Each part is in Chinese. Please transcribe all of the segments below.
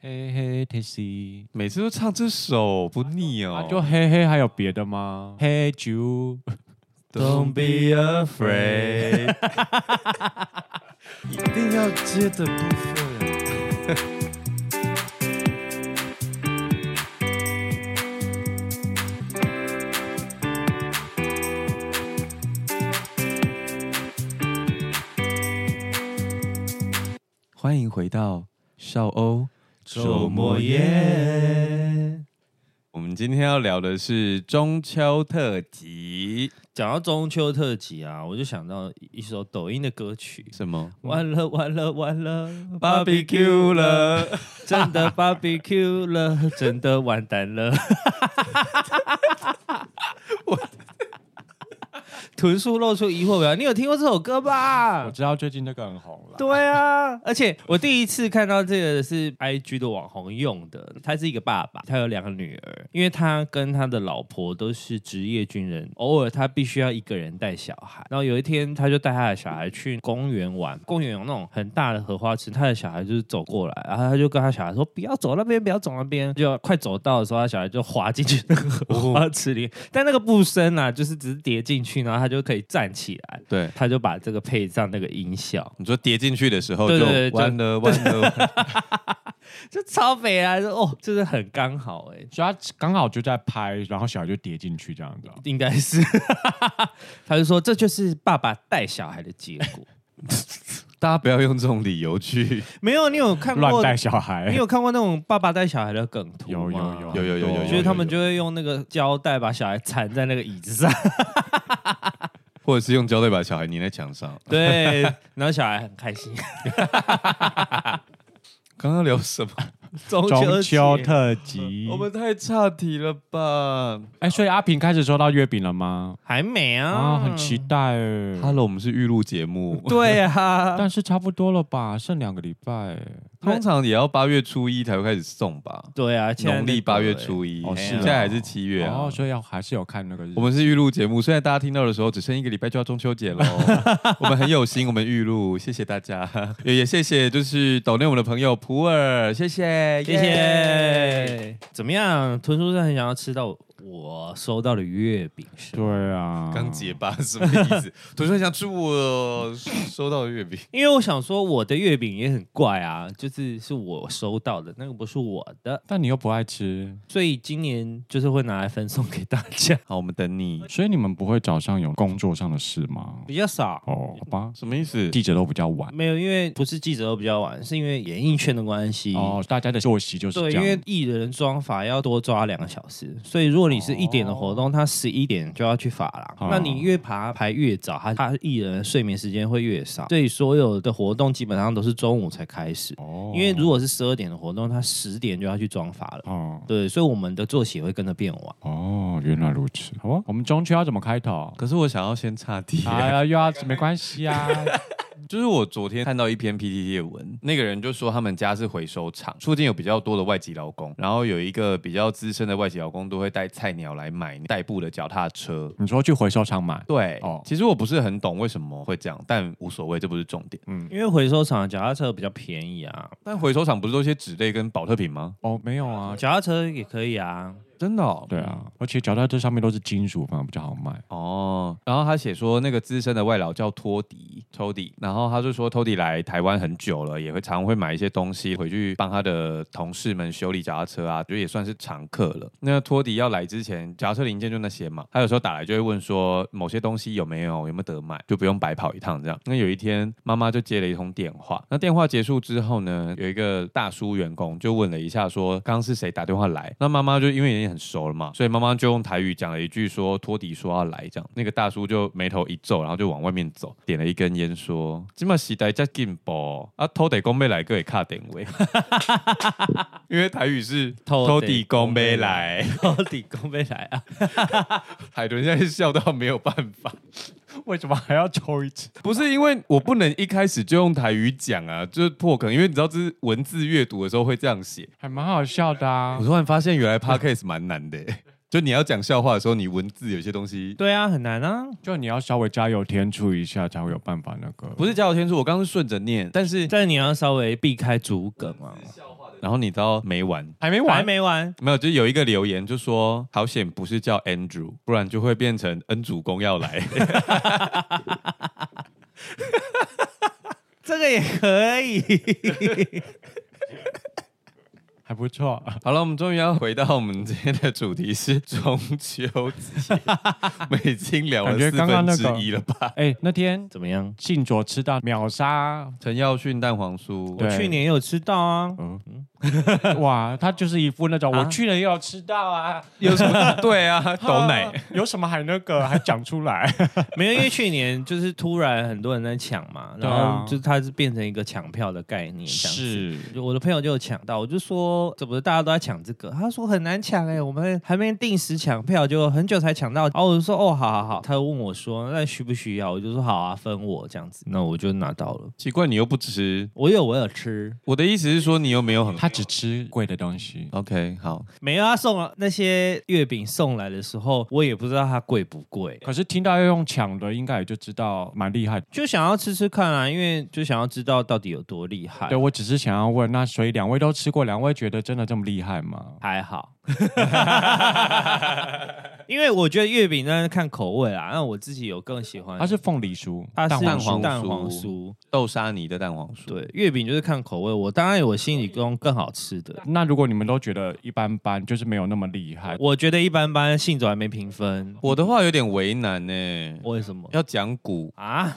嘿嘿 Taxi，每次都唱这首不腻啊哦，就嘿嘿，还有别的吗？嘿 啾， Don't be afraid，一定要接的部分。欢迎回到少欧周末夜。我们今天要聊的是中秋特辑，讲到中秋特辑啊，我就想到一首抖音的歌曲，什么？完了完了完了 barbecue 了， 真的 barbecue 了，真的完蛋 了。 豚叔露出疑惑表，你有听过这首歌吧我？知道最近这个很红了。对啊， 而且我第一次看到这个是 I G 的网红用的，他是一个爸爸，他有两个女儿，因为他跟他的老婆都是职业军人，偶尔他必须要一个人带小孩。然后有一天，他就带他的小孩去公园玩，公园有那种很大的荷花池，他的小孩就是走过来，然后他就跟他小孩说：“不要走那边，不要走那边。”就快走到的时候，他小孩就滑进去那个荷花池里， 但那个不深啊，就是只是跌进去，然后他就可以站起来。对，他就把这个配上那个音效，你说跌进去的时候对就对对就弯 了弯了，弯了就超肥啊！就哦，就是很刚好哎、所以他刚好就在拍，然后小孩就跌进去这样子哦。应该是。 他就说这就是爸爸带小孩的结果。大家不要用这种理由去。 没有，你有看乱过？带小你孩，有看过那种爸爸带小孩的梗图有有吗有有有有有就是他们就会用那个胶带把小孩缠在那个椅子上，或者是用胶带把小孩粘在墙上。 对，然后小孩很开心。刚刚聊什么？ 中中秋节特辑。 我们太岔题了吧哎，所以阿平开始收到月饼了吗？还美啊，啊，很期待哎。 ？Hello，我们是预录节目，对啊，但是差不多了吧，剩两个礼拜。通常也要八月初一才会开始送吧？ 对啊， 现在农历那个八月欸初一，哦是啊现在还是七月啊哦，。所以要还是有看那个日我。们是预录节目，虽然大家听到的时候只剩一个礼拜就要中秋节喽，哦我们很有心，我们预录，谢谢大家， 也也谢谢就是岛内我们的朋友普洱，谢谢谢耶谢。怎么样？豚叔是很想要吃到我收到的月饼是吗？对啊，刚结巴什么意 思？突然想吃我收到的月饼，因为我想说我的月饼也很怪啊，就是是我收到的那个不是我的，但你又不爱吃，所以今年就是会拿来分送给大家，好，我们等你。所以你们不会早上有工作上的事吗？比较少。哦，好吧，什么意思？记者都比较晚没有，因为不是记者都比较晚，是因为演艺圈的关系。哦，大家的作息就是这嗯对，因样。为艺人妆法要多抓两个小时，所以如果你是一点的活动，他十一点就要去发廊。哦那你越爬排越早，他他艺人的睡眠时间会越少，所以所有的活动基本上都是中午才开始。哦因为如果是十二点的活动，他十点就要去妆发了。哦对，所以我们的作息也会跟着变晚。哦，原来如此。好啊，我们中秋要怎么开 头？可是我想要先插题、哎呀，又要没关系啊。就是我昨天看到一篇 PTT 的文，那个人就说他们家是回收厂，附近有比较多的外籍劳工，然后有一个比较资深的外籍劳工都会带菜鸟来买代步的脚踏车，你说去回收厂买，对，哦其实我不是很懂为什么会这样，但无所谓，这不是重点。因为回收厂的脚踏车比较便宜啊，但回收厂不是都一些纸类跟保特瓶吗？哦，没有啊。脚踏车也可以啊。真的、哦？对。啊，而且脚踏车上面都是金属，反而比较好卖。哦，然后他写说那个资深的外劳叫托迪，托迪，然后他就说托迪来台湾很久了，也会常会买一些东西回去帮他的同事们修理脚踏车啊，就也算是常客了。那托迪要来之前，脚踏车零件就那些嘛，他有时候打来就会问说某些东西有没有有没有得买，就不用白跑一趟这样。那有一天妈妈就接了一通电话，那电话结束之后呢，有一个大叔员工就问了一下说刚刚是谁打电话来，那妈妈就因为已经很熟了嘛，所以妈妈就用台语讲了一句说托底说要来这样，那个大叔就眉头一皱，然后就往外面走，点了一根烟说今嘛时代在进步啊，托底公妹来个也卡点位， 因为台语是土地托底公妹 来，到底公没来啊？海豚现在笑到没有办法。为什么还要抽一次？不是因为我不能一开始就用台语讲啊，就是破梗，因为你知道这是文字阅读的时候会这样写。还蛮好笑的啊我。突然发现原来 podcast 蛮难的、 就你要讲笑话的时候，你文字有些东西对啊，很难啊。就你要稍微加油添醋一下，才会有办法那个。不是加油添醋，我刚刚是顺着念，但是但你要稍微避开主梗啊。然后你知道没完，还没还完，没完，没有，就有一个留言就说，好险不是叫 Andrew，不然就会变成恩主公要 来。这个也可以。还不错。啊好了，我们终于要回到我们今天的主题是中秋 节，我们已经聊了感觉四刚刚分那之个一了吧？哎、那天怎么样？信卓吃到秒 杀，陈耀迅蛋黄酥，对去年也有吃到啊，哇，他就是一副那种、啊我去了也有吃到 啊，有什么？ 对啊，啊抖奶。有什么还那个还讲出 来，没有，因为去年就是突然很多人在抢 嘛，对然啊后就它是变成一个抢票的概念，这样子。就我的朋友就有抢到，我就说怎么大家都在抢这个？他说很难抢哎、我们还没定时抢票，就很久才抢到。然后我就说哦，好好好。他就问我说那需不需要？我就说好啊，分我这样子。那我就拿到了，奇怪，你又不吃。我有我有吃，我的意思是说，你又没有很他只吃贵的东西， OK 好，没有他送了那些月饼送来的时候，我也不知道它贵不贵，可是听到要用抢的，应该也就知道蛮厉害的。就想要吃吃看啊，因为就想要知道到底有多厉害对，。我只是想要问，那所以两位都吃过，两位觉得真的这么厉害吗？还好， 因为我觉得月饼那是看口味啦，那我自己有更喜欢。它是凤梨酥，它蛋啊是黄酥蛋黄酥，豆沙泥的蛋黄酥。对，月饼就是看口味。我当然有我心里中更好吃的，那如果你们都觉得一般般，就是没有那么厉害，我觉得一般般，信总还没评分，我的话有点为难呢、为什么 要讲古，啊？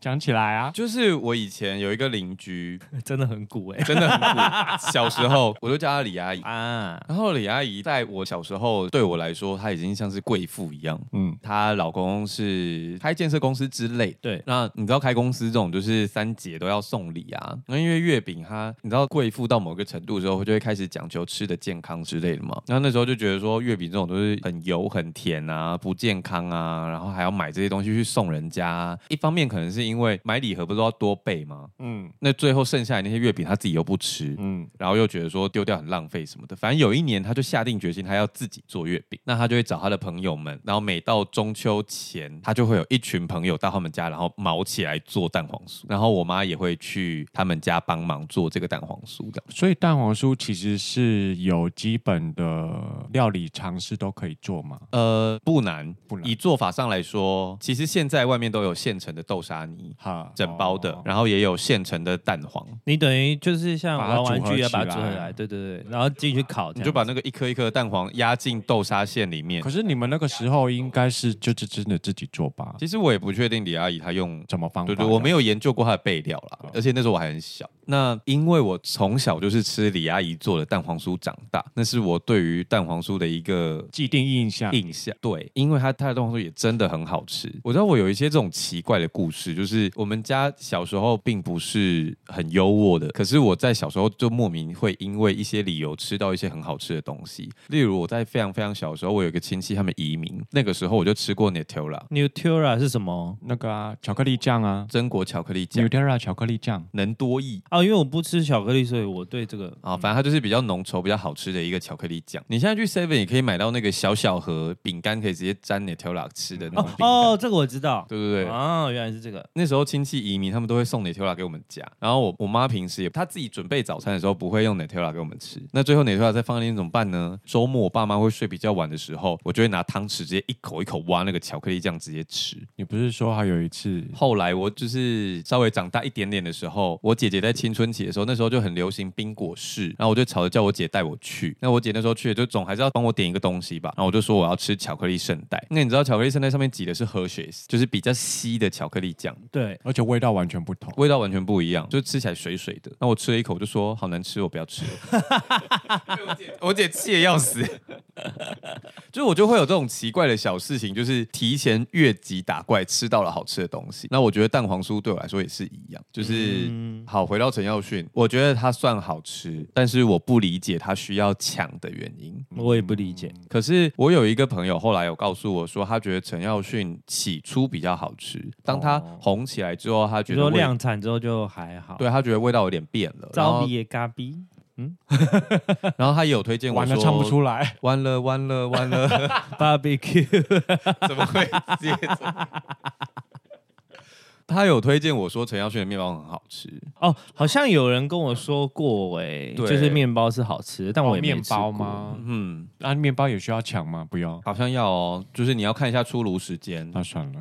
讲起来啊，就是我以前有一个邻居，真的很鼓哎、真的 很古。小时候我就叫她李阿姨，啊！然后李阿姨在我小时候对我来说，她已经像是贵妇一样。嗯，她老公是开建设公司之类的，对，那你知道开公司这种就是三节都要送礼啊，那因为月饼它，你知道贵妇到某个程度之后，就会开始讲究吃的健康之类的嘛。那那时候就觉得说月饼这种都是很油很甜啊，不健康啊，然后还要买这些东西去送人家、一方面可能是因为买礼盒不是都要多备吗？嗯那最后剩下来那些月饼他自己又不吃，嗯，然后又觉得说丢掉很浪费什么的。反正有一年，他就下定决心，他要自己做月饼。那他就会找他的朋友们，然后每到中秋前，他就会有一群朋友到他们家，然后毛起来做蛋黄酥。然后我妈也会去他们家帮忙做这个蛋黄酥的。所以蛋黄酥其实是有基本的料理常识都可以做嘛。呃，不难，不难以做法上来说，其实现在外面都有现成的豆沙泥。哈，整包的哦，然后也有现成的蛋黄，你等于就是像把它玩玩具要组合把起它组合来起来，对对对，然后进去烤这样子，你就把那个一颗一颗的蛋黄压进豆沙馅里面可。是你们那个时候应该是就是真的自己做吧？其实我也不确定李阿姨她用怎么方法？哦对对，我没有研究过它的备料啦，而且那时候我还很小。那因为我从小就是吃李阿姨做的蛋黄酥长大，那是我对于蛋黄酥的一个既定印象。印象。对，因为它它的蛋黄酥也真的很好吃。我知道我有一些这种奇怪的故事，就是我们家小时候并不是很优渥的，可是我在小时候就莫名会因为一些理由吃到一些很好吃的东西。例如我在非常非常小的时候，我有一个亲戚他们移民，那个时候我就吃过 Nutella Nutella 是什么？那个啊，巧克力酱啊榛果巧克力酱， ，Nutella 巧克力酱，能多益。哦，因为我不吃巧克力，所以我对这个啊，反正它就是比较浓稠、比较好吃的一个巧克力酱。你现在去 Seven 也可以买到那个小小盒饼干，可以直接沾 Nutella 吃的那种哦饼干。哦，这个我知道，对对对。哦，原来是这个，那时候亲戚移民，他们都会送 Nutella 给我们家。然后我我妈平时也她自己准备早餐的时候不会用 Nutella 给我们吃。那最后 Nutella 再放在那边怎么办呢？周末我爸妈会睡比较晚的时候，我就会拿汤匙直接一口一口挖那个巧克力酱直接吃。你不是说还有一次后来我就是稍微长大一点点的时候，我姐姐在青春期的时候，那时候就很流行冰果室，然后我就吵着叫我姐带我去。那我姐那时候去，就总还是要帮我点一个东西吧。然后我就说我要吃巧克力圣代。那你知道巧克力圣代上面挤的是和雪，就是比较稀的巧克力酱。对，而且味道完全不同。味道完全不一样，就吃起来水水的。那我吃了一口，我就说好难吃，我不要吃了。 我姐气得要死， 就是我就会有这种奇怪的小事情，就是提前越级打怪，吃到了好吃的东西。那我觉得蛋黄酥对我来说也是一样，就是、好回到陈耀迅，我觉得它算好吃，但是我不理解它需要抢的原因。我也不理解，嗯可是我有一个朋友后来有告诉我说，他觉得陈耀迅起初比较好吃，当他红起来之后，他比觉如得说味量产之后就还好，对他觉得味道有点变了，然招后比也嘎比，然后他也有推荐我完说了，唱不，出来。完了完了完 了， barbecue，怎么会接着？ 他有推荐我说陈耀轩的面包很好吃，哦，好像有人跟我说过、哎，嗯对哦就是面包是好吃的，但我也没哦面吃包过？吗？嗯，啊，面包也需要抢吗？不用，好像要哦，就是你要看一下出炉时间，那算了。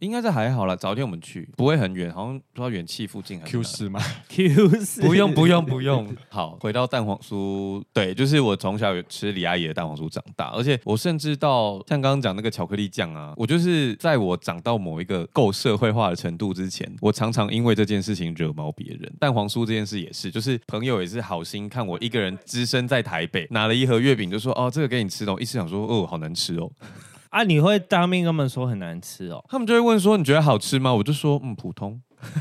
应该是还好啦，早一天我们去不会很远，好像不知道元气附近还是 Q 哪四吗？ Q 四 不用不用不用。 好，回到蛋黄酥，对，就是我从小有吃李阿姨的蛋黄酥长大，而且我甚至到像刚刚讲那个巧克力酱啊，我就是在我长到某一个够社会化的程度之前，我常常因为这件事情惹毛别人。蛋黄酥这件事也是，就是朋友也是好心看我一个人只身在台北，拿了一盒月饼就说哦这个给你吃哦，一时想说哦好难吃哦，啊！你会当面跟他们说很难吃哦？他们就会问说你觉得好吃吗？我就说嗯普通。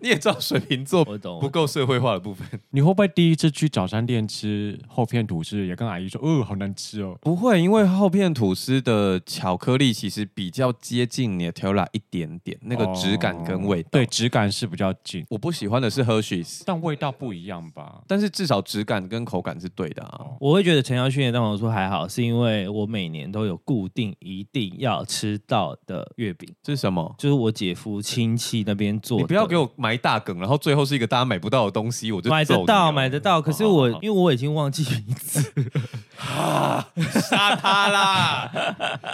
你也知道水瓶座我懂，不够社会化的部分。 你会不会第一次去早餐店吃厚片吐司，也跟阿姨说，哦，好难吃哦？不会，因为厚片吐司的巧克力其实比较接近 Nutella 一点点，那个质感跟味道。哦哦对，，质感是比较近，我不喜欢的是 Hershey's，但味道不一样吧？但是至少质感跟口感是对的啊。我会觉得陈耀勋的蛋黄酥还好，是因为我每年都有固定一定要吃到的月饼，这是什么？就是我姐夫亲戚那边做的。你不要给我埋大梗，然后最后是一个大家买不到的东西，我就买揍得你到，哦买得到。可是我好好好因为我已经忘记名字，杀他啦！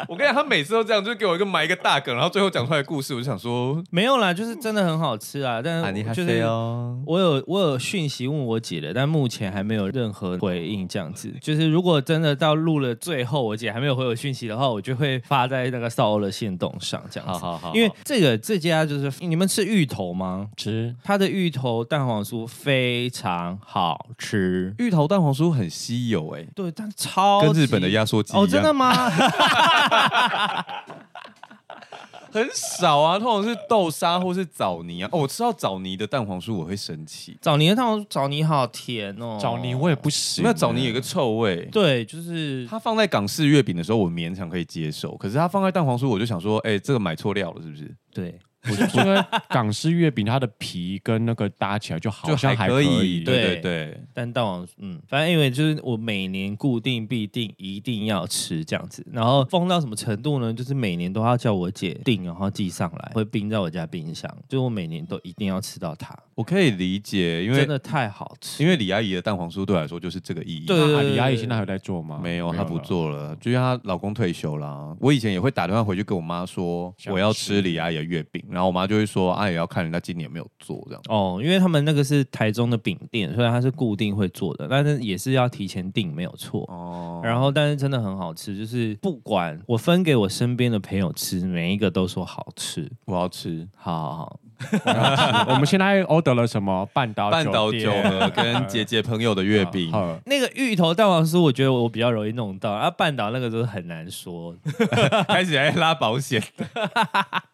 我跟你讲，他每次都这样，就是给我一个埋一个大梗，然后最后讲出来的故事，我就想说，没有啦，就是真的很好吃啊。但啊，你还就飞是哦。我有我有讯息问我姐的，但目前还没有任何回应。这样子，就是如果真的到录了最后，我姐还没有回我讯息的话，我就会发在那个少欧的线动上，这样好子。好好，因为这个这家就是你们吃芋头吗？吃它的芋头蛋黄酥非常好吃，芋头蛋黄酥很稀有哎、对，但超跟日级本的压缩机一样。哦，真的吗？ 很少啊，通常是豆沙或是枣泥啊。哦，我吃到枣泥的蛋黄酥我会生气，枣泥的蛋黄酥枣泥好甜哦，枣泥我也不行，欸那枣泥有个臭味。对，就是它放在港式月饼的时候，我勉强可以接受。可是它放在蛋黄酥，我就想说，哎、这个买错料了，是不是？对我就觉得港式月饼它的皮跟那个搭起来就好像还可以，对对对对。但蛋黄，嗯，反正因为就是我每年固定必定一定要吃这样子，然后疯到什么程度呢？就是每年都要叫我姐订，然后寄上来，会冰在我家冰箱，就我每年都一定要吃到它，我可以理解，因真为的太好吃。因为李阿姨的蛋黄酥对我来说就是这个意义。对那阿姨阿姨现在还有在做吗？没有，她不了。做了，就像她老公退休啦。我以前也会打电话回去跟我妈说想吃我要吃李阿姨的月饼，然后我妈就会说，啊，也要看人家今年有没有做这样。哦，因为他们那个是台中的饼店，所以它是固定会做的，但是也是要提前订，没有错。哦，然后，但是真的很好吃，就是不管我分给我身边的朋友吃，每一个都说好吃。我要吃，好好好，我们现在 order 了什么半岛半岛酒酒和 跟姐姐朋友的月饼。好那个芋头蛋黄酥，我觉得我比较容易弄到，啊，半岛那个就是很难说。开始还拉保险。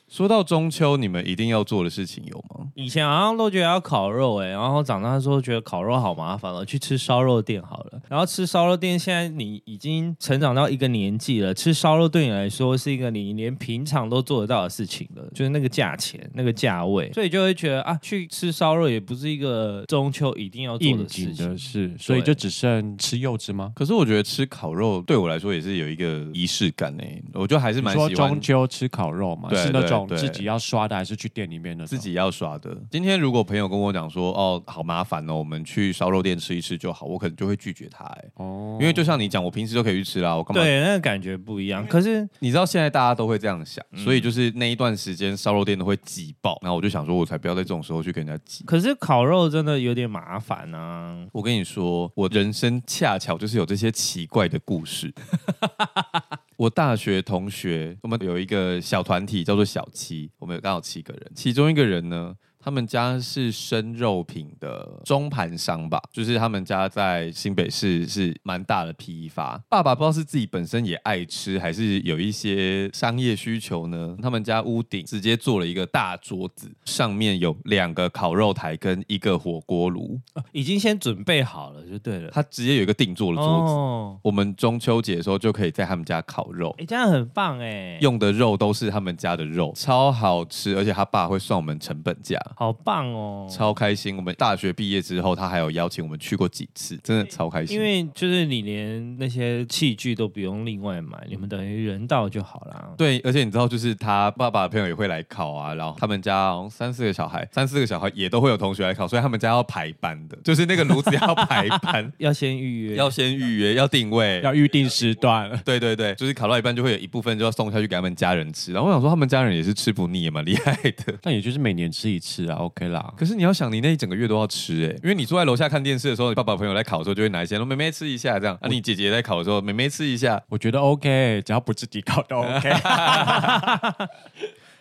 说到中秋，你们一定要做的事情有吗？以前好像都觉得要烤肉、欸，哎，然后长大之后觉得烤肉好麻烦了，去吃烧肉店好了。然后吃烧肉店，现在你已经成长到一个年纪了，吃烧肉对你来说是一个你连平常都做得到的事情了，就是那个价钱、那个价位，所以就会觉得啊，去吃烧肉也不是一个中秋一定要做应的事景情的。是，所以就只剩吃柚子吗？可是我觉得吃烤肉对我来说也是有一个仪式感诶、我就还是你蛮说喜欢中秋吃烤肉嘛？对是那对种对自己要刷的，还是去店里面的？自己要刷的。今天如果朋友跟我讲说哦，好麻烦哦，我们去烧肉店吃一吃就好，我可能就会拒绝他诶、哦，因为就像你讲，我平时都可以去吃啦，我干嘛？对，那个感觉不一样。可是你知道现在大家都会这样想，嗯所以就是那一段时间烧肉店都会挤爆，然后我就想说，我才不要在这种时候去跟人家挤。可是烤肉真的有点麻烦啊。我跟你说，我人生恰巧就是有这些奇怪的故事。我大学同学，我们有一个小团体叫做小七，我们有刚好七个人，其中一个人呢。他们家是生肉品的中盘商吧，就是他们家在新北市是蛮大的批发。爸爸不知道是自己本身也爱吃，还是有一些商业需求呢？他们家屋顶直接做了一个大桌子，上面有两个烤肉台跟一个火锅炉，已经先准备好了就对了。他直接有一个定做的桌子。哦，我们中秋节的时候就可以在他们家烤肉哎、，这样很棒哎、用的肉都是他们家的肉，超好吃，而且他爸会算我们成本价。好棒哦！超开心。我们大学毕业之后，他还有邀请我们去过几次，真的超开心。因为就是你连那些器具都不用另外嗯买，你们等于人到就好啦。对，而且你知道，就是他爸爸的朋友也会来考啊，然后他们家好像三四个小孩，三四个小孩也都会有同学来考，所以他们家要排班的，就是那个炉子要排 ，班要先预约，要先预约，要定位。要预定时段。对对对，就是考到一半就会有一部分就要送下去给他们家人吃，然后我想说他们家人也是吃不腻，也蛮厉害的。但也就是每年吃一次啊，OK 啦。可是你要想，你那一整个月都要吃哎、因为你坐在楼下看电视的时候，你爸爸朋友来考的时候就会拿一些，说妹妹吃一下这样，啊你姐姐在考的时候，妹妹吃一下，我觉得 OK，只要不自己搞都 OK。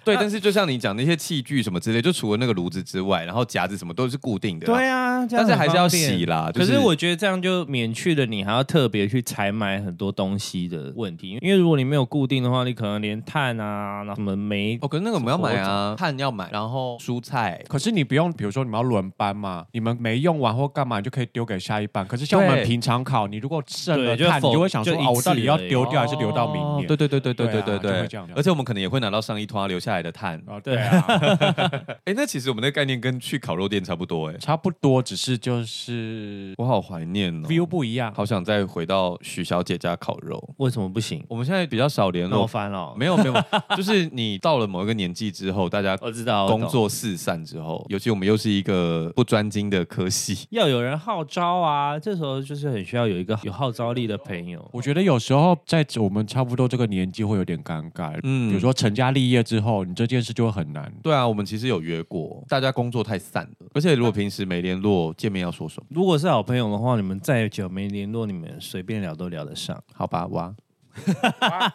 对，但是就像你讲那些器具什么之类，就除了那个炉子之外，然后夹子什么都是固定的。对啊，这样但是还是要很方便洗啦就可是是我觉得这样就免去了你还要特别去采买很多东西的问题，因为如果你没有固定的话，你可能连碳啊、然后什么煤哦，可是那个我们要买啊，碳要买，然后蔬菜。可是你不用，比如说你们要轮班嘛，你们没用完或干嘛，你就可以丢给下一班。可是像我们对平常考，你如果剩了对就碳，你就否会想说，就一哦，我到底次要而已哦丢掉还是留到明年？哦对对对对对对对啊对就会对这样而且我们可能也会拿到上一拖留下来的碳。啊，对啊， 哎，那其实我们的概念跟去烤肉店差不多哎。差不多，只是 就是我好怀念哦 view 不一样。好想再回到许小姐家烤肉。为什么不行？我们现在比较少联那我络，翻了，没有没有，就是你到了某一个年纪之后，大家我知道我懂工作四散之后，尤其我们又是一个不专精的科系，要有人号召啊，这时候就是很需要有一个有号召力的朋友。我觉得有时候在我们差不多这个年纪会有点尴尬， 嗯比如说成家立业之后，你这件事就会很难。对啊，我们其实有约过，大家工作太散了，而且如果平时没联络，见面要说什么？如果是好朋友的话，你们再久没联络，你们随便聊都聊得上。好吧，哇。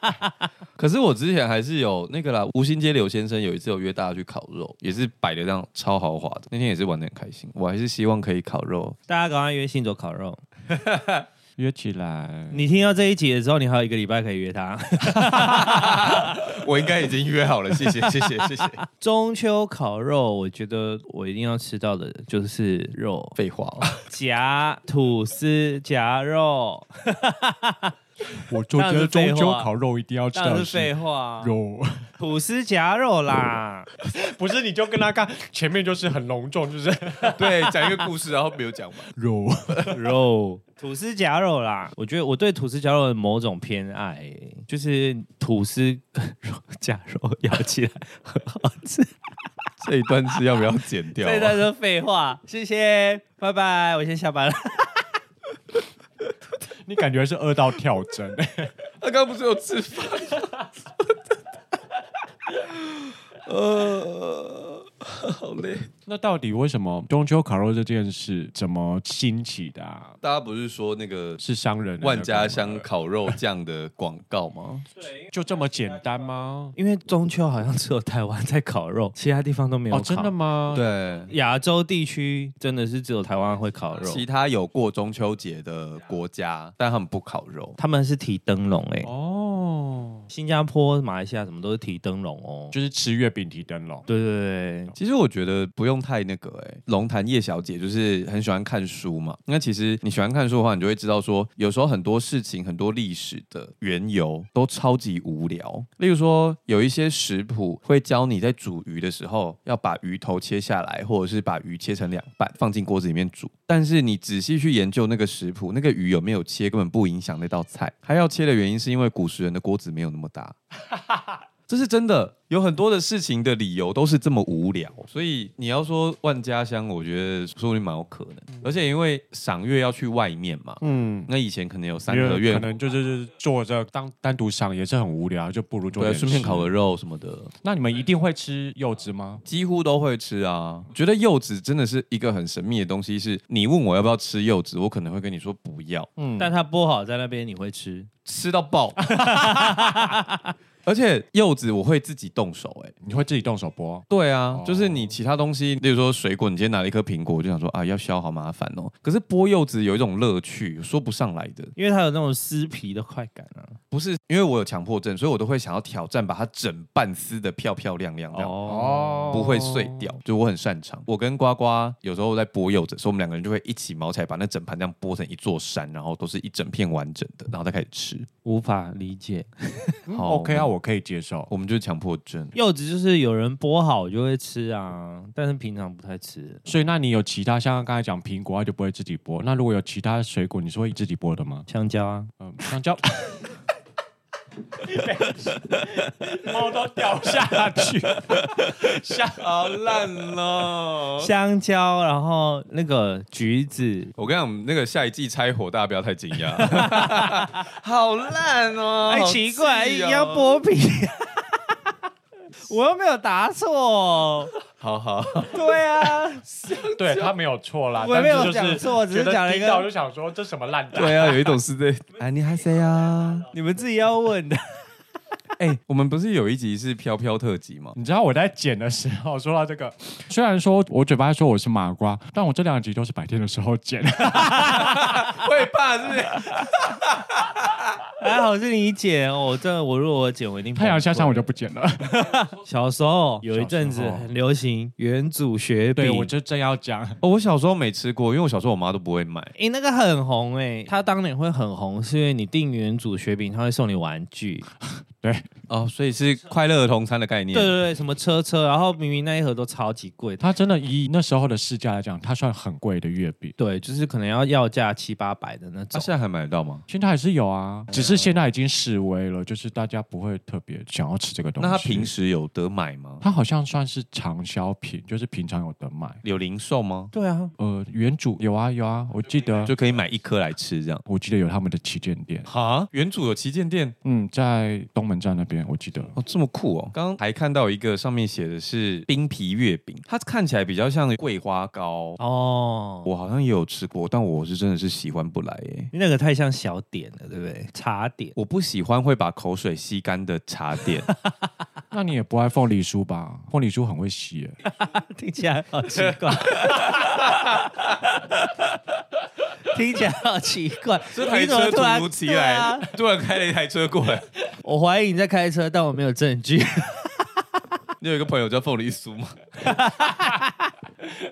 可是我之前还是有那个啦，吴兴街刘先生有一次有约大家去烤肉，也是摆的这样超豪华的，那天也是玩的很开心。我还是希望可以烤肉，大家赶快约信走烤肉。约起来，你听到这一集的时候，你还有一个礼拜可以约他。 我应该已经约好了，谢谢谢谢谢谢。中秋烤肉，我觉得我一定要吃到的就是肉， 废话、哦，夹吐司夹肉，我昨当然天是废中话秋烤肉一定要吃当然到是废是话，肉，吐司夹肉啦。不是你就跟他看前面就是很隆重，就是 对，讲一个故事，然后没有讲完。肉。肉，吐司夹肉啦。我觉得我对吐司夹肉的某种偏爱欸、就是吐司跟肉夹肉咬起来很好吃。 这一段是要不要剪 掉、这啊段？是废话，谢谢，拜拜，我先下班了。你感觉是饿到跳针，他刚刚不是有吃饭？呃，好累。那到底为什么中秋烤肉这件事怎么兴起的、啊？大家不是说那个是商人的万家香那个吗烤肉酱的广告吗？就这么简单吗？ 因为中秋好像只有台湾在烤肉，其他地方都没有哦，烤。真的？吗？，对，亚洲地区真的是只有台湾会烤肉，其他有过中秋节的国家，但他们不烤肉。他们是提灯笼哎，哦，新加坡、马来西亚什么都是提灯笼哦。就是吃月饼提灯笼。对对对，其实我觉得不用太那个哎、龙潭叶小姐就是很喜欢看书嘛。那其实你喜欢看书的话，你就会知道说，有时候很多事情、很多历史的缘由都超级无聊。例如说，有一些食谱会教你在煮鱼的时候要把鱼头切下来，或者是把鱼切成两半放进锅子里面煮。但是你仔细去研究那个食谱，那个鱼有没有切根本不影响那道菜。还要切的原因是因为古时人的锅子没有那么大。这是真的，有很多的事情的理由都是这么无聊，所以你要说万家香，我觉得说不定蛮有可能。而且因为赏月要去外面嘛，嗯，那以前可能有三因为合院可，能就是坐着当单独赏也是很无聊，就不如做对，点顺便事烤个。肉什么的，那你们一定会吃柚子吗？几乎都会吃啊。觉得柚子真的是一个很神秘的东西，是你问我要不要吃柚子，我可能会跟你说不要， 嗯，但它剥好在那边你会吃，吃到爆。 而且柚子我会自己动手、欸，你会自己动手剥？对啊哦，就是你其他东西，例如说水果，你今天拿了一颗苹果，我就想说啊，要削好麻烦哦。可是剥柚子有一种乐趣，说不上来的。因为它有那种撕皮的快感啊。不是因为我有强迫症，所以我都会想要挑战把它整半撕的漂漂亮亮这样。哦，不会碎掉，就我很擅长。我跟呱呱有时候在剥柚子，所以我们两个人就会一起毛起来，把那整盘这样剥成一座山，然后都是一整片完整的，然后再开始吃。无法理解。嗯好 OK 啊，我可以接受。我们就是强迫症。柚子就是有人剥好就会吃啊，但是平常不太吃。所以，那你有其他像刚才讲苹果，它就不会自己剥。那如果有其他水果，你是会自己剥的吗？香蕉啊，嗯，香 蕉，猫都掉下 去。好烂哦！香蕉，然后那个橘子，我跟你讲，那个下一季拆火，大家不要太惊 讶。好烂哦！哎，好奇怪，气一哦定要剥 皮，我又没有答错，好好，对啊，对他没有错啦，我也没有但是就是讲错只是觉得讲了一听个到就想说这什么烂蛋。 对啊，有一种是在哎，你还谁啊？你们自己要问的。 哎、我们不是有一集是飘飘特辑吗？你知道我在剪的时候说到这个，虽然说我嘴巴说我是麻瓜，但我这两集都是白天的时候 剪。会怕是不是？还哎好是你剪，哦我、真的，我如果我剪，我一定太阳下山我就崩不剪了。溃。小时候有一阵子小时候很流行元祖雪饼，对，我就正要讲，哦，我小时候没吃过，因为我小时候我妈都不会买。诶、那个很红诶，它当年会很红，是因为你订原主雪饼，它会送你玩具。哦，所以是快乐儿童餐的概念。对对对，什么车车，然后明明那一盒都超级贵，它它真的以那时候的市价来讲，它算很贵的月饼。对，就是可能要要价七八百的那它、种。现在还买得到吗？现在还是有啊，只是现在已经示威了，就是大家不会特别想要吃这个东西。那它平时有得买吗？它好像算是畅销品，就是平常有得买。有零售吗？对啊，呃，原主有啊有啊，我记得就可以买一颗来吃这样。我记得有他们的旗舰店，哈，原主有旗舰店嗯，在东门站那边，我记得。哦，这么酷哦！刚刚还看到一个上面写的是冰皮月饼，它看起来比较像桂花糕。哦，我好像也有吃过，但我是真的是喜欢不来耶。那个太像小点了，对不对？茶点， 我不喜欢会把口水吸干的茶点，那你也不爱凤梨酥吧？凤梨酥很会吸耶。听起来好奇 怪。听起来好奇怪，你怎么突然对啊突然开了一台车过来。 我怀疑你在开车，但我没有证据。你有一个朋友叫凤梨酥吗？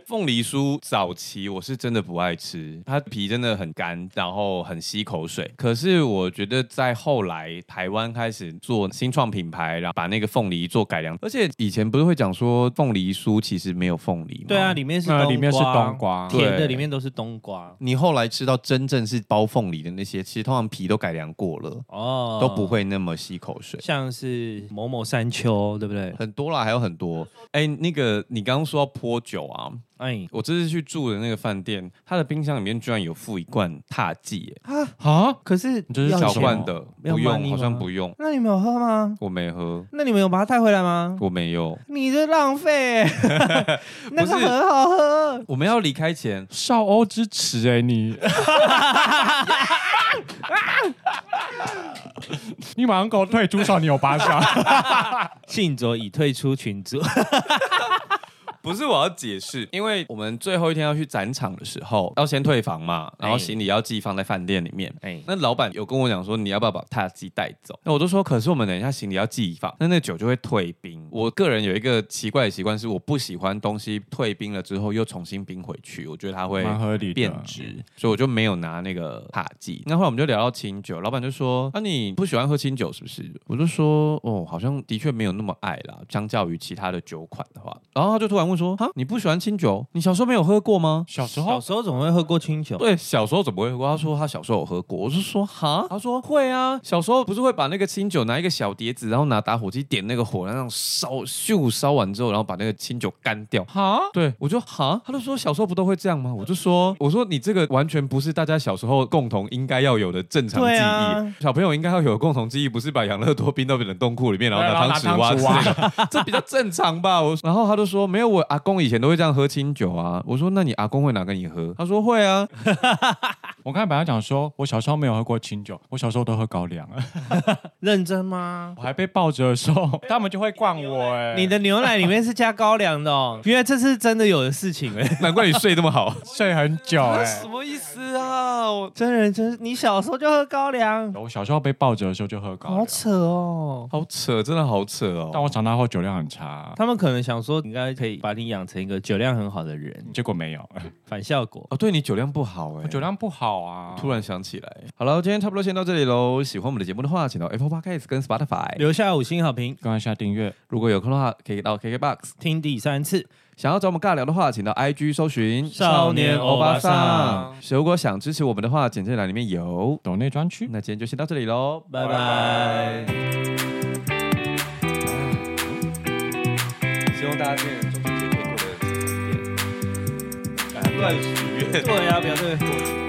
凤梨酥早期我是真的不爱吃，它皮真的很干，然后很吸口水。可是我觉得在后来台湾开始做新创品牌，然后把那个凤梨做改良，而且以前不是会讲说凤梨酥其实没有凤梨吗？对啊，里面是那冬瓜，里面是冬瓜甜的对里面都是冬瓜你后来吃到真正是包凤梨的那些，其实通常皮都改良过了，哦，都不会那么吸口水。像是某某山丘，对不对？很多啦，还有很多。哎、那个你刚刚说要泼酒啊，哎，我这次去住的那个饭店，它的冰箱里面居然有附一罐踏剂耶，啊？哦可是你这是要小钱罐哦的，没有不 money 用，吗好像不用，那你们有喝吗？我没喝，那你们有把它带回来吗？我没有。你这浪费 欸，那个很好喝。我们要离开前，少欧之耻哎、你！你马上给我退出少你有八项。信卓已退出群组， 不是我要解释，因为我们最后一天要去展场的时候，要先退房嘛，然后哎行李要寄放在饭店里面。哎，那老板有跟我讲说，你要不要把踏机带走？那我就说，可是我们等一下行李要寄放，那那酒就会退冰。我个人有一个奇怪的习惯，是我不喜欢东西退冰了之后又重新冰回去，我觉得它会蛮合理的变质，所以我就没有拿那个踏剂。那后来我们就聊到清酒，老板就说：“那、你不喜欢喝清酒是不是？”我就说：“哦，好像的确没有那么爱啦，相较于其他的酒款的话。”然后他就突然问说：“哈，你不喜欢清酒？你小时候没有喝过吗？”小时小候时候总会喝过清酒，对，小时候怎么会喝过？他说他小时候有喝过。我是说哈，他说会啊，小时候不是会把那个清酒拿一个小碟子，然后拿打火机点那个火，然后那种烧咻烧完之后，然后把那个清酒干掉。哈，对，我就哈，他就说小时候不都会这样吗？我就说，我说你这个完全不是大家小时候共同应该要有的正常记对忆，啊小朋友应该要有的共同记忆，不是把养乐多冰到冷冻库里面，然后啊拿汤匙挖对之然后拿类的， 这比较正常吧？我然后他就说没有，我阿公以前都会这样喝清酒啊。我说那你阿公会拿给你喝？他说会啊，我刚才本来讲说，我小时候没有喝过清酒，我小时候都喝高粱，啊认真吗？我还被抱着的时候， 他们就会灌我、哎，你的牛奶里面是加高粱的 哦，原来这是真的有的事情哎、难怪你睡那么好。睡很久、哎 什。么意思啊？我真人真事，你小时候就喝高粱，我小时候被抱着的时候就喝高好粱，扯哦。好扯，真的好扯哦！但我长大后酒量很差，他们可能想说，你应该可以把你养成一个酒量很好的人，结果没有，反效果。哦，对你酒量不好哎、我酒量不好啊。突然想起来。好了，今天差不多先到这里喽。喜欢我们的节目的话，请到 Apple Podcast 跟 Spotify。留下五星好评，刚按下订阅，如果有空的话，可以到 KKBox。听第三次。想要找我们尬聊的话，请到 IG 搜寻少年欧巴桑。如果想支持我们的话，简介栏里面有。抖内专区。那今天就先到这里喽，拜拜。希望大家今天中秋节可以过得开心一点，乱许愿。对呀、啊，不要对。